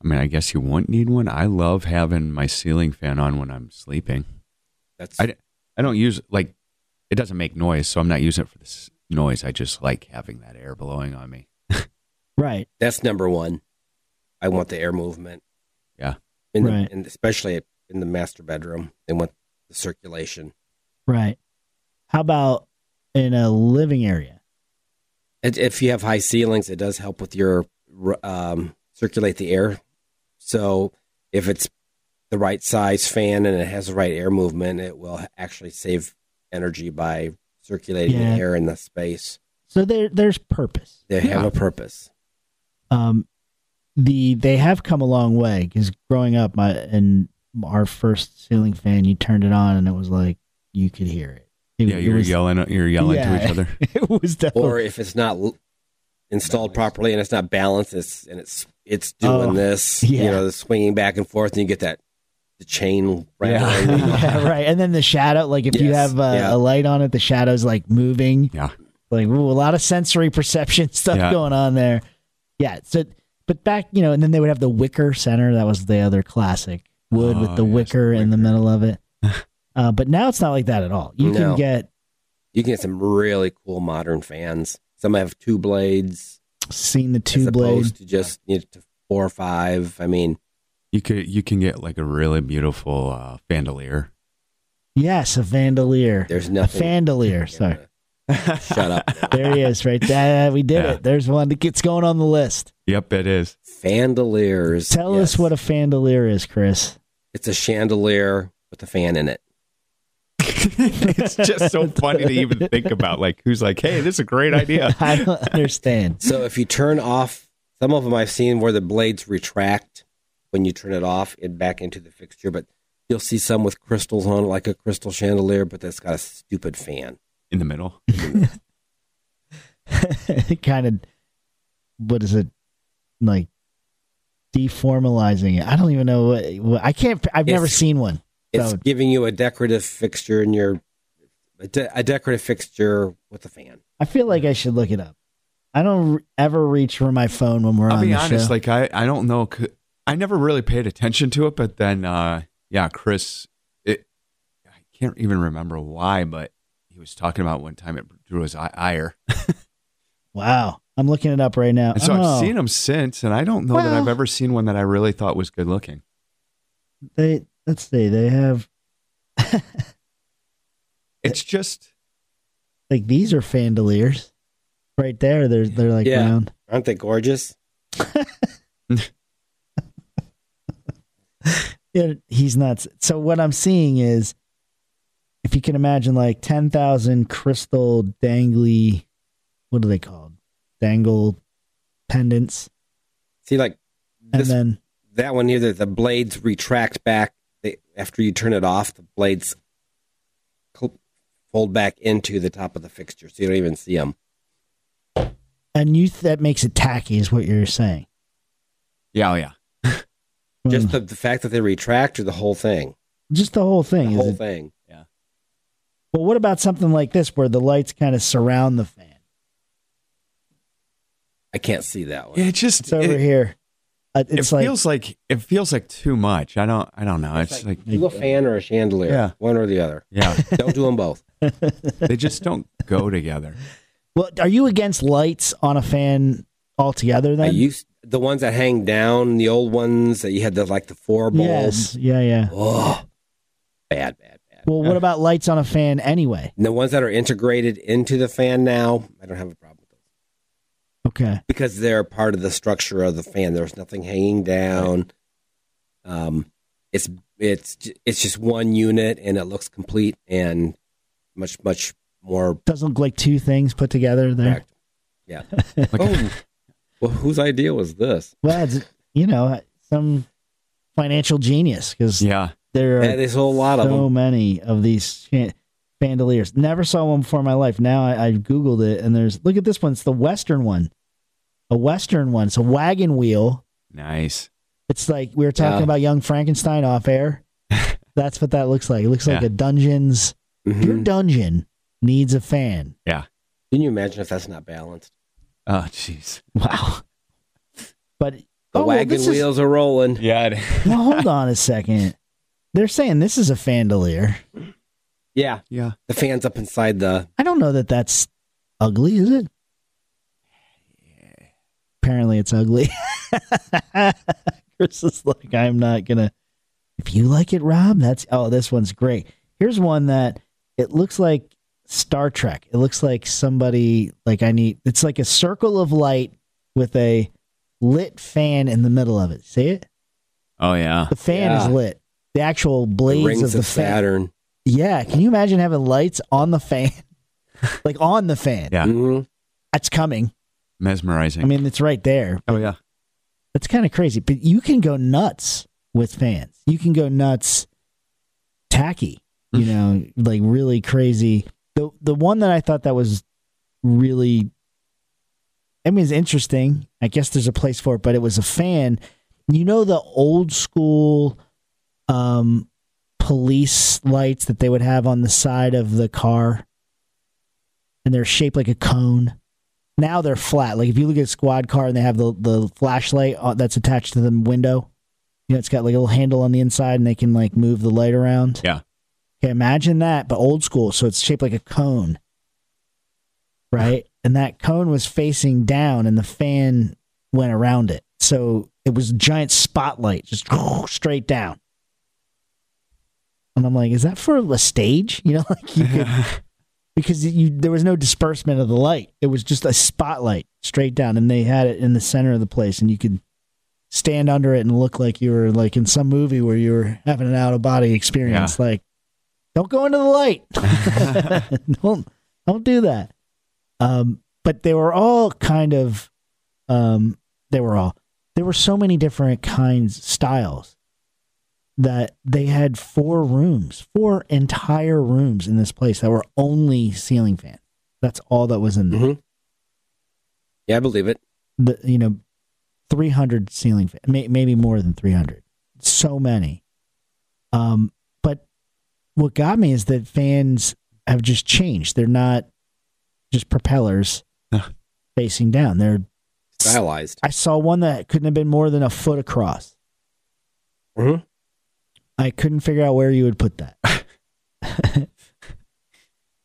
Speaker 4: I mean, I guess you won't need one. I love having my ceiling fan on when I'm sleeping.
Speaker 3: That's
Speaker 4: I, d- I don't use like it doesn't make noise, so I'm not using it for this noise. I just like having that air blowing on me.
Speaker 2: Right.
Speaker 3: that's number one. I want the air movement.
Speaker 4: Yeah.
Speaker 3: In the,
Speaker 2: Right.
Speaker 3: and especially in the master bedroom, they want the circulation.
Speaker 2: Right. How about in a living area?
Speaker 3: It, if you have high ceilings, it does help with your r- um, circulate the air. So if it's the right size fan and it has the right air movement, it will actually save energy by circulating
Speaker 2: Yeah.
Speaker 3: the air in the space.
Speaker 2: So there there's purpose.
Speaker 3: They have
Speaker 4: Yeah.
Speaker 3: a purpose.
Speaker 2: um, the they have come a long way because growing up, my and our first ceiling fan, you turned it on and it was like you could hear it. It-
Speaker 4: Yeah,
Speaker 2: it
Speaker 4: you're
Speaker 2: was-
Speaker 4: yelling, you're yelling to
Speaker 2: Yeah.
Speaker 4: each other.
Speaker 2: It was definitely.
Speaker 3: or if it's not l- installed properly and it's not balanced, it's and it's it's doing
Speaker 2: Oh,
Speaker 3: this,
Speaker 2: yeah.
Speaker 3: you know, the swinging back and forth, and you get that the chain.
Speaker 4: Yeah.
Speaker 3: rattling.
Speaker 2: yeah, right. And then the shadow, like if you
Speaker 3: Yes,
Speaker 2: have uh,
Speaker 3: yeah.
Speaker 2: a light on it, the shadow's like moving.
Speaker 4: Yeah.
Speaker 2: Like ooh, a lot of sensory perception stuff
Speaker 4: Yeah.
Speaker 2: going on there. Yeah. So, but back, you know, and then they would have the wicker center. That was the other classic wood
Speaker 4: Oh,
Speaker 2: with the
Speaker 4: yes,
Speaker 2: wicker in the middle of it. uh, but now it's not like that at all. You can
Speaker 3: No.
Speaker 2: get
Speaker 3: You can get some really cool modern fans. Some have two blades,
Speaker 2: seen the
Speaker 3: as
Speaker 2: two blade.
Speaker 3: opposed to just you know, to four or five. I mean,
Speaker 4: You could you can get like a really beautiful uh, bandolier.
Speaker 2: Yes, a vandalier.
Speaker 3: there's
Speaker 2: A
Speaker 3: nothing.
Speaker 2: fandelier. Sorry.
Speaker 3: Shut up.
Speaker 2: There he is, right there. We did
Speaker 4: Yeah.
Speaker 2: it. There's one that gets going on the list.
Speaker 4: Yep, it is.
Speaker 3: Fandeliers.
Speaker 2: Tell us
Speaker 3: Yes.
Speaker 2: what a fandelier is, Chris.
Speaker 3: it's a chandelier with a fan in it.
Speaker 4: it's just so funny to even think about. Like, who's like, hey, this is a great idea.
Speaker 2: I don't understand.
Speaker 3: So if you turn off some of them, I've seen where the blades retract when you turn it off and back into the fixture, but you'll see some with crystals on, it, like a crystal chandelier, but that's got a stupid fan.
Speaker 4: In the middle.
Speaker 2: kind of, what is it? Like deformalizing it. I don't even know what, what I can't, I've
Speaker 3: It's-
Speaker 2: never seen one.
Speaker 3: It's
Speaker 2: So-
Speaker 3: giving you a decorative fixture in your a, de- a decorative fixture with a fan.
Speaker 2: I feel like I should look it up. I don't re- ever reach for my phone when we're
Speaker 4: I'll
Speaker 2: on
Speaker 4: be
Speaker 2: the
Speaker 4: honest.
Speaker 2: show.
Speaker 4: Like, I I don't know. c- I never really paid attention to it, but then, uh, yeah, Chris, it. I can't even remember why, but he was talking about one time it drew his eye- ire,
Speaker 2: wow. I'm looking it up right now.
Speaker 4: and so
Speaker 2: Oh,
Speaker 4: I've seen them since, and I don't know that
Speaker 2: Well-
Speaker 4: I've ever seen one that I really thought was good looking.
Speaker 2: They, let's see, they have
Speaker 4: It's just
Speaker 2: like these are fandeliers right there. They're, they're like
Speaker 3: Yeah.
Speaker 2: round.
Speaker 3: Aren't they gorgeous?
Speaker 2: Yeah, he's nuts. So what I'm seeing is, if you can imagine, like ten thousand crystal dangly, what are they called? Dangle pendants,
Speaker 3: See, like
Speaker 2: and
Speaker 3: this,
Speaker 2: then
Speaker 3: that one here, that the blades retract back they, after you turn it off. The blades cl- fold back into the top of the fixture, so you don't even see them.
Speaker 2: and you that makes it tacky, is what you're saying.
Speaker 4: yeah, oh, yeah.
Speaker 3: Just
Speaker 2: Mm.
Speaker 3: the, the fact that they retract or the whole thing.
Speaker 2: just the whole
Speaker 3: The
Speaker 2: thing. is
Speaker 3: whole
Speaker 2: it,
Speaker 3: thing.
Speaker 2: But what about something like this, where the lights kind of surround the fan?
Speaker 3: I can't see that one.
Speaker 4: It just
Speaker 2: It's over
Speaker 4: it-
Speaker 2: here. Uh,
Speaker 4: it
Speaker 2: It's like
Speaker 4: feels like it feels like too much. I don't I don't know. It's, like,
Speaker 3: Do a fan or a chandelier.
Speaker 4: Yeah.
Speaker 3: One or the other.
Speaker 4: yeah,
Speaker 3: Don't do them both.
Speaker 4: they just don't go together.
Speaker 2: well, are you against lights on a fan altogether?
Speaker 3: I
Speaker 2: Then
Speaker 3: used the ones that hang down, the old ones that you had the like the four
Speaker 2: yes,
Speaker 3: bulbs.
Speaker 2: yeah, yeah.
Speaker 3: Oh, bad, bad, bad.
Speaker 2: Well, what about lights on a fan anyway?
Speaker 3: And the ones that are integrated into the fan now, I don't have a problem with those
Speaker 2: Okay.
Speaker 3: because they're part of the structure of the fan. There's nothing hanging down. Um, it's it's j- it's just one unit and it looks complete and much much more
Speaker 2: doesn't look like two things put together there.
Speaker 3: correct. Yeah. oh, well, whose idea was this?
Speaker 2: Well, it's, you know, some financial genius because
Speaker 4: Yeah.
Speaker 2: there
Speaker 3: Yeah,
Speaker 2: are
Speaker 3: there's a whole lot
Speaker 2: so
Speaker 3: of them.
Speaker 2: many of these chan- chandeliers. Never saw one before in my life. Now I, I googled it, and there's look at this one. It's the Western one, a Western one. It's a wagon wheel.
Speaker 4: Nice.
Speaker 2: It's like we were talking
Speaker 3: Yeah.
Speaker 2: about Young Frankenstein off air. That's what that looks like. It looks like
Speaker 4: Yeah.
Speaker 2: a dungeon's. Your
Speaker 3: Mhm.
Speaker 2: dungeon needs a fan.
Speaker 3: Can you imagine if that's not balanced?
Speaker 4: Oh jeez.
Speaker 2: Wow. But
Speaker 3: The
Speaker 2: oh, well,
Speaker 3: wagon
Speaker 2: this is-
Speaker 3: wheels are rolling.
Speaker 4: Yeah.
Speaker 2: Well, hold on a second. They're saying this is a fandelier.
Speaker 3: Yeah,
Speaker 4: yeah.
Speaker 3: the fans up inside the.
Speaker 2: I don't know that that's ugly, is it? Apparently, it's ugly. Chris is like, I'm not gonna. If you like it, Rob, that's oh, this one's great. Here's one that it looks like Star Trek. It looks like somebody like I need. It's like a circle of light with a lit fan in the middle of it. See it?
Speaker 4: Oh yeah.
Speaker 2: The fan is
Speaker 3: Yeah.
Speaker 2: lit. The actual
Speaker 3: the
Speaker 2: blades
Speaker 3: rings
Speaker 2: of
Speaker 3: of,
Speaker 2: the fan.
Speaker 3: Saturn.
Speaker 2: Yeah, can you imagine having lights on the fan? like on the fan.
Speaker 4: Yeah.
Speaker 3: Mhm.
Speaker 2: That's coming.
Speaker 4: Mesmerizing.
Speaker 2: I mean, it's right there.
Speaker 4: oh yeah.
Speaker 2: That's kind of crazy, but you can go nuts with fans. You can go nuts tacky, you know, like really crazy. the the one that I thought that was really I mean it's interesting. I guess there's a place for it, but it was a fan. You know the old school um police lights that they would have on the side of the car and they're shaped like a cone. Now they're flat. Like if you look at a squad car and they have the the flashlight uh, that's attached to the window, you know it's got like a little handle on the inside and they can like move the light around.
Speaker 4: Yeah.
Speaker 2: Okay, imagine that, but old school. So it's shaped like a cone, right? and that cone was facing down, and the fan went around it. So it was a giant spotlight, just straight down. And I'm like, is that for a stage? You know, like you could, because you there was no disbursement of the light. It was just a spotlight straight down, and they had it in the center of the place, and you could stand under it and look like you were like in some movie where you were having an out of body experience, like don't go into the light. don't don't do that. Um, but they were all kind of um, they were all there were so many different kinds styles that they had four rooms, four entire rooms in this place that were only ceiling fan. That's all that was in there.
Speaker 3: Mhm. Yeah, I believe it.
Speaker 2: The, you know, three hundred ceiling fan, may, maybe more than three hundred. So many. Um, but what got me is that fans have just changed. They're not just propellers
Speaker 4: Huh.
Speaker 2: facing down. They're
Speaker 3: Stylized.
Speaker 2: I saw one that couldn't have been more than a foot across. Mm-hmm.
Speaker 3: Mhm.
Speaker 2: I couldn't figure out where you would put that. I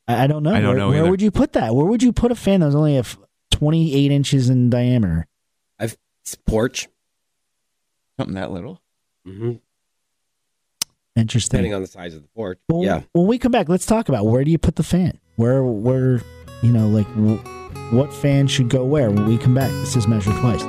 Speaker 2: I don't know.
Speaker 4: I don't
Speaker 2: where,
Speaker 4: know
Speaker 2: where
Speaker 4: either.
Speaker 2: would you put that? Where would you put a fan that was only a f- 28 inches in diameter?
Speaker 3: It's porch.
Speaker 4: Something that little.
Speaker 3: hmm
Speaker 2: Interesting.
Speaker 3: Depending on the size of the porch.
Speaker 2: When,
Speaker 3: yeah.
Speaker 2: when we come back, let's talk about where do you put the fan? Where, where, you know, like w- what fan should go where when we come back? This is Measure Twice.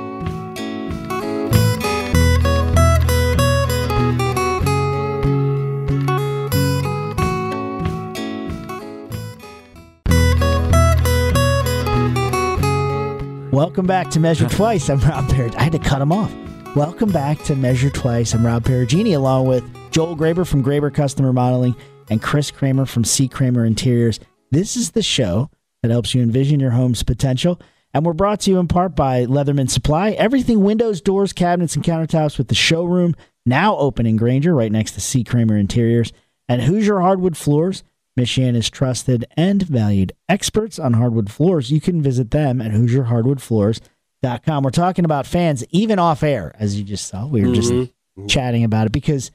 Speaker 2: Welcome back to Measure Twice. I'm Rob Perrigini. I had to cut him off. Welcome back to Measure Twice. I'm Rob Perugini, along with Joel Graber from Graber Customer Modeling and Chris Kramer from C. Kramer Interiors. This is the show that helps you envision your home's potential. And we're brought to you in part by Leatherman Supply. Everything windows, doors, cabinets, and countertops with the showroom now open in Granger, right next to C. Kramer Interiors. And Hoosier Hardwood Floors. Michigan is trusted and valued experts on hardwood floors. You can visit them at HoosierHardwoodFloors.com. We're talking about fans, even off air, as you just saw. We were just
Speaker 3: Mhm.
Speaker 2: chatting about it because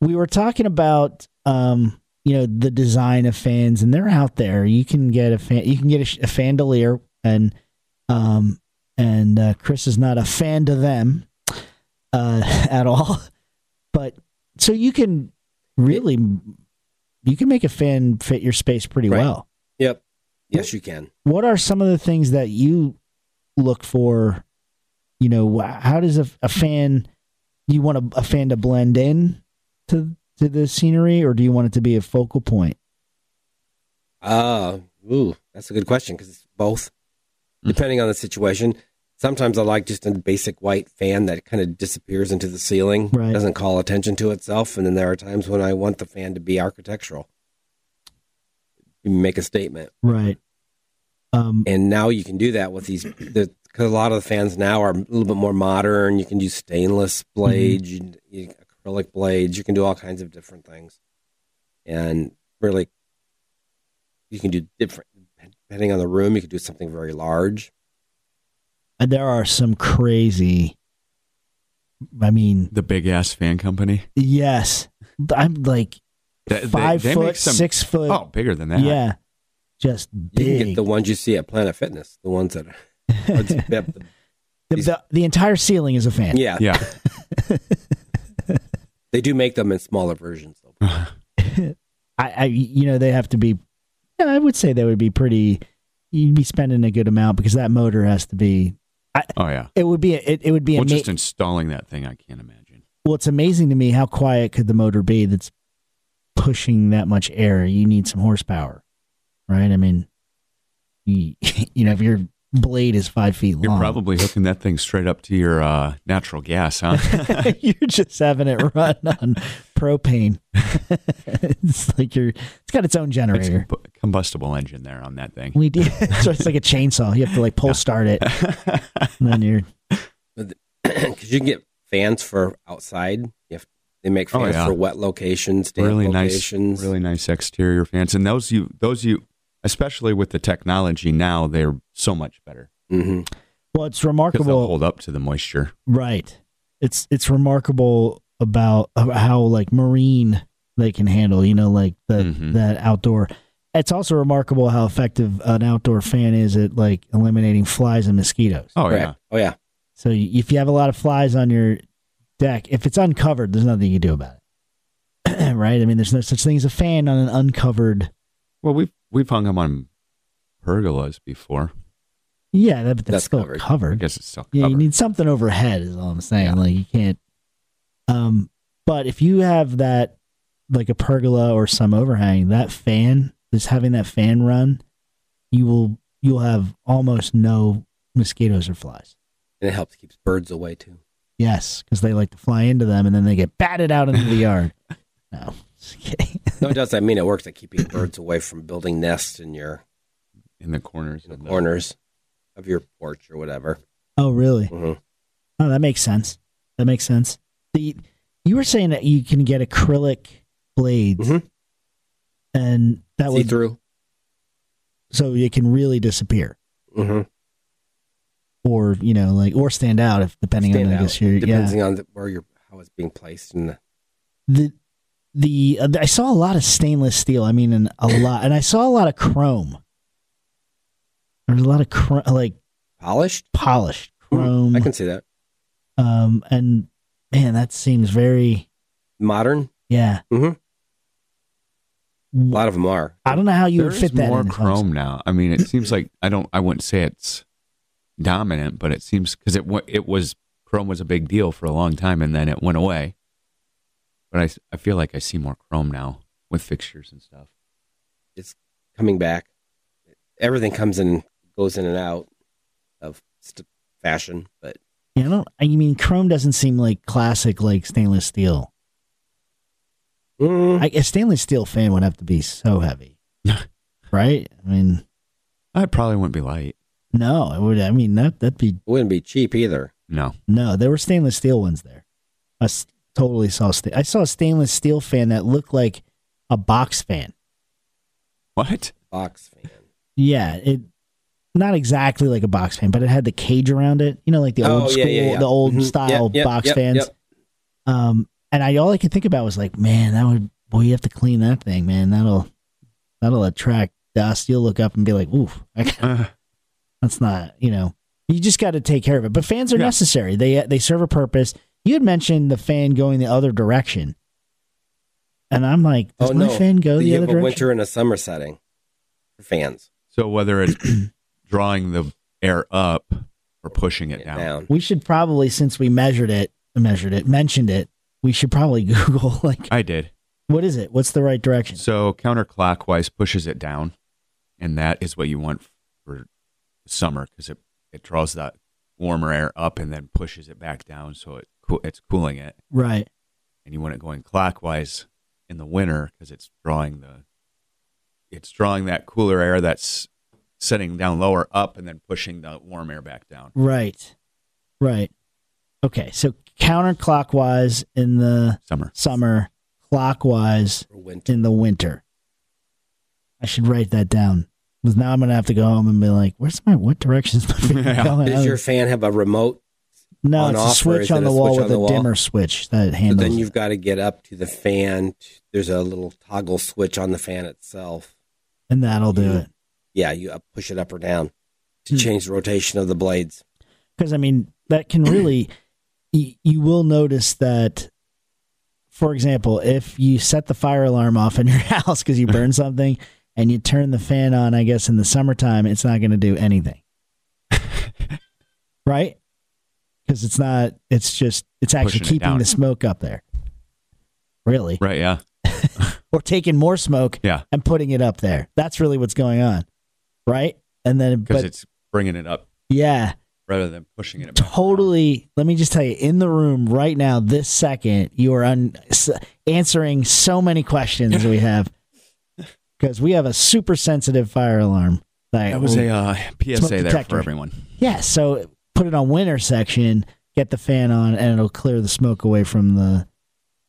Speaker 2: we were talking about, um, you know, the design of fans, and they're out there. You can get a fan, you can get a, sh- a fandelier, and um, and uh, Chris is not a fan to them uh, at all. But so you can really you can make a fan fit your space pretty
Speaker 3: Right.
Speaker 2: well.
Speaker 3: Yep. Yes, you can.
Speaker 2: What are some of the things that you look for? You know, wh- how does a, a fan? Do you want a, a fan to blend in to to the scenery, or do you want it to be a focal point?
Speaker 3: Uh, ooh, that's a good question because it's both, depending on the situation. Sometimes I like just a basic white fan that kind of disappears into the ceiling,
Speaker 2: Right.
Speaker 3: doesn't call attention to itself. And then there are times when I want the fan to be architectural, make a statement.
Speaker 2: Right. Um.
Speaker 3: And now you can do that with these, because a lot of the fans now are a little bit more modern. You can do stainless
Speaker 4: Mm-hmm.
Speaker 3: blades, you, you, acrylic blades, you can do all kinds of different things. And really, you can do different, depending on the room, you can do something very large.
Speaker 2: And there are some crazy. I mean,
Speaker 4: The big ass fan company.
Speaker 2: yes, I'm like
Speaker 4: They- they-
Speaker 2: five
Speaker 4: they
Speaker 2: foot,
Speaker 4: make some-
Speaker 2: six foot.
Speaker 4: Oh, bigger than that.
Speaker 2: Yeah, just
Speaker 3: You
Speaker 2: big.
Speaker 3: can get the ones you see at Planet Fitness, the ones that are. the-
Speaker 2: the, the, the entire ceiling is a fan.
Speaker 3: yeah,
Speaker 4: Yeah.
Speaker 3: they do make them in smaller versions. Though.
Speaker 2: I, I you know they have to be yeah, I would say they would be pretty you'd be spending a good amount because that motor has to be
Speaker 4: Oh yeah.
Speaker 2: it would be it, it would be
Speaker 4: Well,
Speaker 2: ama-
Speaker 4: just installing that thing, I can't imagine.
Speaker 2: well it's amazing to me how quiet could the motor be that's pushing that much air you need some horsepower right I mean you, you know if your blade is five feet long
Speaker 4: You're probably hooking that thing straight up to your uh, natural gas, huh?
Speaker 2: you're just having it run on propane. it's like you're. It's got its own
Speaker 4: It's
Speaker 2: generator.
Speaker 4: a bu- combustible engine there on that thing.
Speaker 2: we do. so it's like a chainsaw. You have to like pull start it, and then you're
Speaker 3: because you can get fans for outside. You have, they make
Speaker 4: Oh,
Speaker 3: fans
Speaker 4: yeah.
Speaker 3: for wet locations, damp
Speaker 4: really
Speaker 3: locations.
Speaker 4: nice, really nice exterior fans, and those you, those you, especially with the technology now, they're so much better
Speaker 3: hmm
Speaker 2: Well, it's
Speaker 4: because they'll
Speaker 2: remarkable,
Speaker 4: hold up to the moisture.
Speaker 2: right? It's it's remarkable about how like marine they can handle. You know, like the
Speaker 4: Mhm.
Speaker 2: that outdoor. It's also remarkable how effective an outdoor fan is at like eliminating flies and mosquitoes.
Speaker 4: Oh
Speaker 3: Correct.
Speaker 4: yeah,
Speaker 3: Oh yeah.
Speaker 2: So y- if you have a lot of flies on your deck, if it's uncovered, there's nothing you can do about it. right? I mean, there's no such thing as a fan on an uncovered.
Speaker 4: Well, we've we've hung them on pergolas before.
Speaker 2: Yeah, that, but that's,
Speaker 3: That's
Speaker 2: still
Speaker 3: covered.
Speaker 2: covered.
Speaker 4: I guess it's still
Speaker 2: Yeah,
Speaker 4: covered.
Speaker 2: you need something overhead is all I'm saying. Like you can't um but if you have that like a pergola or some overhang, that fan, just having that fan run, you will you'll have almost no mosquitoes or flies.
Speaker 3: And it helps keeps birds away too.
Speaker 2: Yes, because they like to fly into them and then they get batted out into the yard. No. Just kidding.
Speaker 3: No, it does. I mean, it works at keeping birds away from building nests in your
Speaker 4: in the corners.
Speaker 3: in the
Speaker 4: of
Speaker 3: corners of your porch or whatever.
Speaker 2: Oh really?
Speaker 3: hmm
Speaker 2: Oh, that makes sense. That makes sense. The you were saying that you can get acrylic blades
Speaker 3: Mhm.
Speaker 2: and that
Speaker 3: See
Speaker 2: would
Speaker 3: through.
Speaker 2: so it can really disappear
Speaker 3: hmm
Speaker 2: or you know like or stand out if depending
Speaker 3: Stand
Speaker 2: on I
Speaker 3: out,
Speaker 2: guess your yeah
Speaker 3: depending on the, where you're how it's being placed and the,
Speaker 2: the the uh, I saw a lot of stainless steel I mean and a lot and I saw a lot of chrome there's a lot of chr like
Speaker 3: polished.
Speaker 2: polished
Speaker 3: Mhm.
Speaker 2: chrome
Speaker 3: I can see that
Speaker 2: um and man that seems very
Speaker 3: modern.
Speaker 2: yeah
Speaker 3: Mhm. A lot of them are.
Speaker 2: I don't know how you
Speaker 4: There
Speaker 2: would
Speaker 4: is
Speaker 2: fit that
Speaker 4: more
Speaker 2: in the house.
Speaker 4: chrome now. I mean, it seems like I don't. I wouldn't say it's dominant, but it seems because it wa- it was chrome was a big deal for a long time, and then it went away. But I s- I feel like I see more chrome now with fixtures and stuff.
Speaker 3: coming back. Everything comes in, goes in and out of st- fashion, but
Speaker 2: yeah I don't I mean chrome doesn't seem like classic like stainless steel
Speaker 3: mm,
Speaker 2: I, a stainless steel fan would have to be so heavy right I mean
Speaker 4: I probably wouldn't be light.
Speaker 2: No, it would. I mean, that that'd be
Speaker 3: it wouldn't be cheap either.
Speaker 4: No,
Speaker 2: no. There were stainless steel ones there. I s- totally saw. Sta- I saw a stainless steel fan that looked like a box fan.
Speaker 4: what?
Speaker 3: Box fan.
Speaker 2: Yeah, it not exactly like a box fan, but it had the cage around it. You know, like the
Speaker 3: Oh,
Speaker 2: old
Speaker 3: yeah,
Speaker 2: school,
Speaker 3: yeah, yeah.
Speaker 2: the old
Speaker 3: Mhm.
Speaker 2: style
Speaker 3: Yep, yep,
Speaker 2: box
Speaker 3: yep,
Speaker 2: fans.
Speaker 3: yep.
Speaker 2: Um, and I all I could think about was like, man, that would boy, you have to clean that thing, man. That'll that'll attract dust. You'll look up and be like, oof, I got
Speaker 4: Uh,
Speaker 2: That's not, you know, you just got to take care of it. But fans are
Speaker 4: Yeah.
Speaker 2: necessary. They they serve a purpose. You had mentioned the fan going the other direction, and I'm like, does
Speaker 3: oh
Speaker 2: my
Speaker 3: no,
Speaker 2: fan go the
Speaker 3: you
Speaker 2: other
Speaker 3: have a
Speaker 2: direction?
Speaker 3: winter and a summer setting for fans.
Speaker 4: so whether it's drawing the air up or pushing it down,
Speaker 2: We should probably, since we measured it, measured it, mentioned it. We should probably Google like
Speaker 4: I did.
Speaker 2: what is it? What's the right direction?
Speaker 4: So counterclockwise pushes it down, and that is what you want for summer because it it draws that warmer air up and then pushes it back down, so it coo- it's cooling it.
Speaker 2: Right.
Speaker 4: And you want it going clockwise in the winter because it's drawing the it's drawing that cooler air that's setting down lower up and then pushing the warm air back down.
Speaker 2: Right. Right. Okay. So counterclockwise in the
Speaker 4: Summer.
Speaker 2: summer, clockwise
Speaker 3: Or winter.
Speaker 2: in the winter. I should write that down. Because now I'm gonna have to go home and be like, "Where's my? What direction is my fan
Speaker 4: Yeah.
Speaker 2: going?" Oh,
Speaker 3: Does your fan have a remote?
Speaker 2: no,
Speaker 3: on
Speaker 2: it's a
Speaker 3: off, or
Speaker 2: switch
Speaker 3: is it
Speaker 2: on the
Speaker 3: a
Speaker 2: wall
Speaker 3: switch
Speaker 2: with
Speaker 3: on the
Speaker 2: a
Speaker 3: wall?
Speaker 2: dimmer switch that
Speaker 3: So
Speaker 2: handles.
Speaker 3: then
Speaker 2: it.
Speaker 3: you've got to get up to the fan. There's a little toggle switch on the fan itself.
Speaker 2: and that'll do it.
Speaker 3: Yeah, you up, push it up or down to
Speaker 2: Hmm.
Speaker 3: change the rotation of the blades.
Speaker 2: Because I mean, that can really. y- you will notice that, for example, if you set the fire alarm off in your house because you burn something, and you turn the fan on, I guess in the summertime, it's not going to do anything, right? Because it's not. It's just. It's actually
Speaker 4: Pushing it
Speaker 2: keeping
Speaker 4: down.
Speaker 2: the smoke up there. Really,
Speaker 4: Right, yeah.
Speaker 2: or taking more smoke
Speaker 4: Yeah.
Speaker 2: and putting it up there. That's really what's going on, right? And then,
Speaker 4: Because
Speaker 2: but
Speaker 4: it's bringing it up.
Speaker 2: yeah,
Speaker 4: rather than pushing it. About.
Speaker 2: totally let me just tell you in the room right now this second you are un- s- answering so many questions we have because we have a super sensitive fire alarm like,
Speaker 4: That was a uh,
Speaker 2: Smoke
Speaker 4: PSA there
Speaker 2: detector.
Speaker 4: for everyone.
Speaker 2: yeah so put it on winter section get the fan on and it'll clear the smoke away from the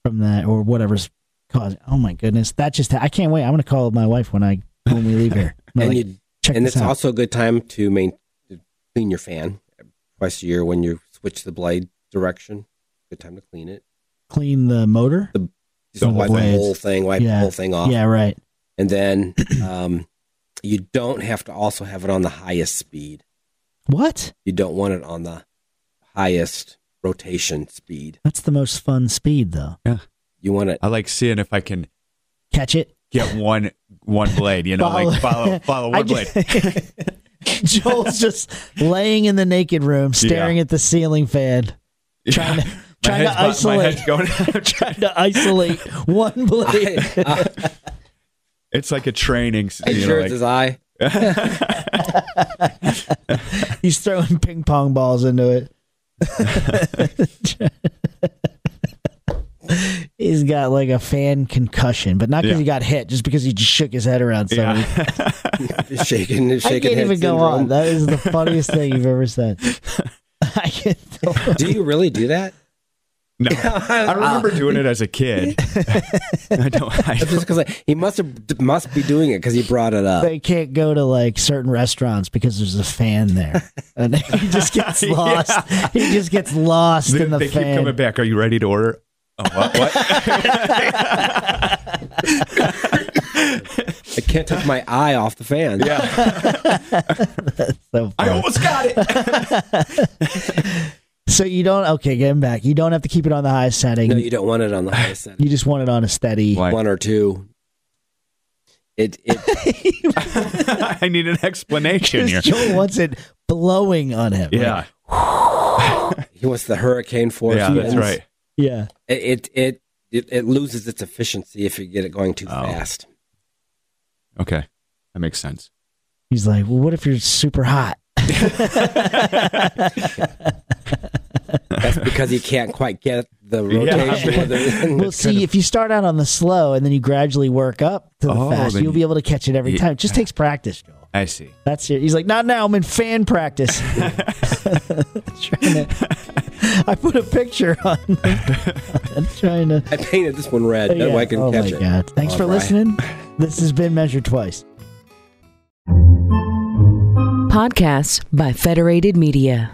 Speaker 2: from that or whatever's causing oh my goodness that just i can't wait i'm gonna call my wife when i when we leave here I'm
Speaker 3: and
Speaker 2: like,
Speaker 3: you,
Speaker 2: check
Speaker 3: and
Speaker 2: this
Speaker 3: it's
Speaker 2: out.
Speaker 3: also a good time to main to clean your fan twice a year when you switch the blade direction. Good time to clean it.
Speaker 2: clean the motor
Speaker 3: Just
Speaker 2: Clean the
Speaker 3: wipe the
Speaker 2: blades.
Speaker 3: whole thing, wipe
Speaker 2: Yeah.
Speaker 3: the whole thing off,
Speaker 2: yeah right
Speaker 3: and then um, you don't have to also have it on the highest speed.
Speaker 2: what
Speaker 3: You don't want it on the highest rotation speed.
Speaker 2: that's the most fun speed though
Speaker 3: You want it
Speaker 4: I like seeing if I can
Speaker 2: catch it
Speaker 4: get one one blade. You know, like follow follow
Speaker 2: I
Speaker 4: one blade.
Speaker 2: ju- Joel's just laying in the naked room, staring at the ceiling fan, trying to
Speaker 4: My
Speaker 2: trying to
Speaker 4: head's bo- my
Speaker 2: isolate
Speaker 4: head's going- I'm trying-
Speaker 2: trying to isolate one blade.
Speaker 4: it's like a training.
Speaker 3: Hey,
Speaker 4: You know,
Speaker 3: sure
Speaker 4: like-
Speaker 3: it's his eye.
Speaker 2: He's throwing ping pong balls into it. He's got like a fan concussion, but not because
Speaker 4: Yeah.
Speaker 2: he got hit, just because he just shook his head around so much.
Speaker 4: yeah.
Speaker 3: shaking, shaking
Speaker 2: I can't
Speaker 3: head
Speaker 2: even go
Speaker 3: syndrome.
Speaker 2: on. That is the funniest thing you've ever said. I can't.
Speaker 3: Do you really do that?
Speaker 4: No, I remember doing it as a kid. I don't. I
Speaker 3: That's
Speaker 4: don't
Speaker 3: just because he must have must be doing it because he brought it up.
Speaker 2: they can't go to like certain restaurants because there's a fan there, and he just gets
Speaker 4: Yeah.
Speaker 2: lost. He just gets lost
Speaker 4: they
Speaker 2: in the
Speaker 4: they keep
Speaker 2: fan.
Speaker 4: coming back. Are you ready to order? Oh, what? what?
Speaker 3: I can't take my eye off the fan.
Speaker 4: yeah,
Speaker 2: So,
Speaker 4: I almost got it.
Speaker 2: so you don't okay get him back. You don't have to keep it on the highest setting.
Speaker 3: No,
Speaker 2: you,
Speaker 3: you don't want it on the highest setting.
Speaker 2: just want it on a steady.
Speaker 4: Why?
Speaker 3: One or two. It it
Speaker 4: I need an explanation here.
Speaker 2: Joel wants it blowing on him. Like,
Speaker 4: Yeah,
Speaker 3: he wants the hurricane force.
Speaker 4: yeah, that's
Speaker 3: winds.
Speaker 4: right.
Speaker 2: yeah.
Speaker 3: It it, it it it loses its efficiency if you get it going too
Speaker 4: Oh.
Speaker 3: fast.
Speaker 4: Okay, that makes sense.
Speaker 2: He's like, well, what if you're super hot?
Speaker 3: That's because you can't quite get the
Speaker 4: Yeah.
Speaker 3: rotation. with it.
Speaker 2: Well, see, if you start out on the slow and then you gradually work up to the
Speaker 4: Oh,
Speaker 2: fast,
Speaker 4: then
Speaker 2: you'll be able to catch it every
Speaker 4: Yeah.
Speaker 2: time. It just takes practice, Joel.
Speaker 4: I see.
Speaker 2: That's it. He's like, not now. I'm in fan practice. trying to, I put a picture on. I'm trying to.
Speaker 3: I painted this one red. That
Speaker 2: Yeah.
Speaker 3: way I can
Speaker 2: oh
Speaker 3: catch
Speaker 2: my
Speaker 3: it.
Speaker 2: god! Thanks
Speaker 3: Oh,
Speaker 2: for
Speaker 3: Brian.
Speaker 2: listening. This has been measured twice.
Speaker 5: Podcasts by Federated Media.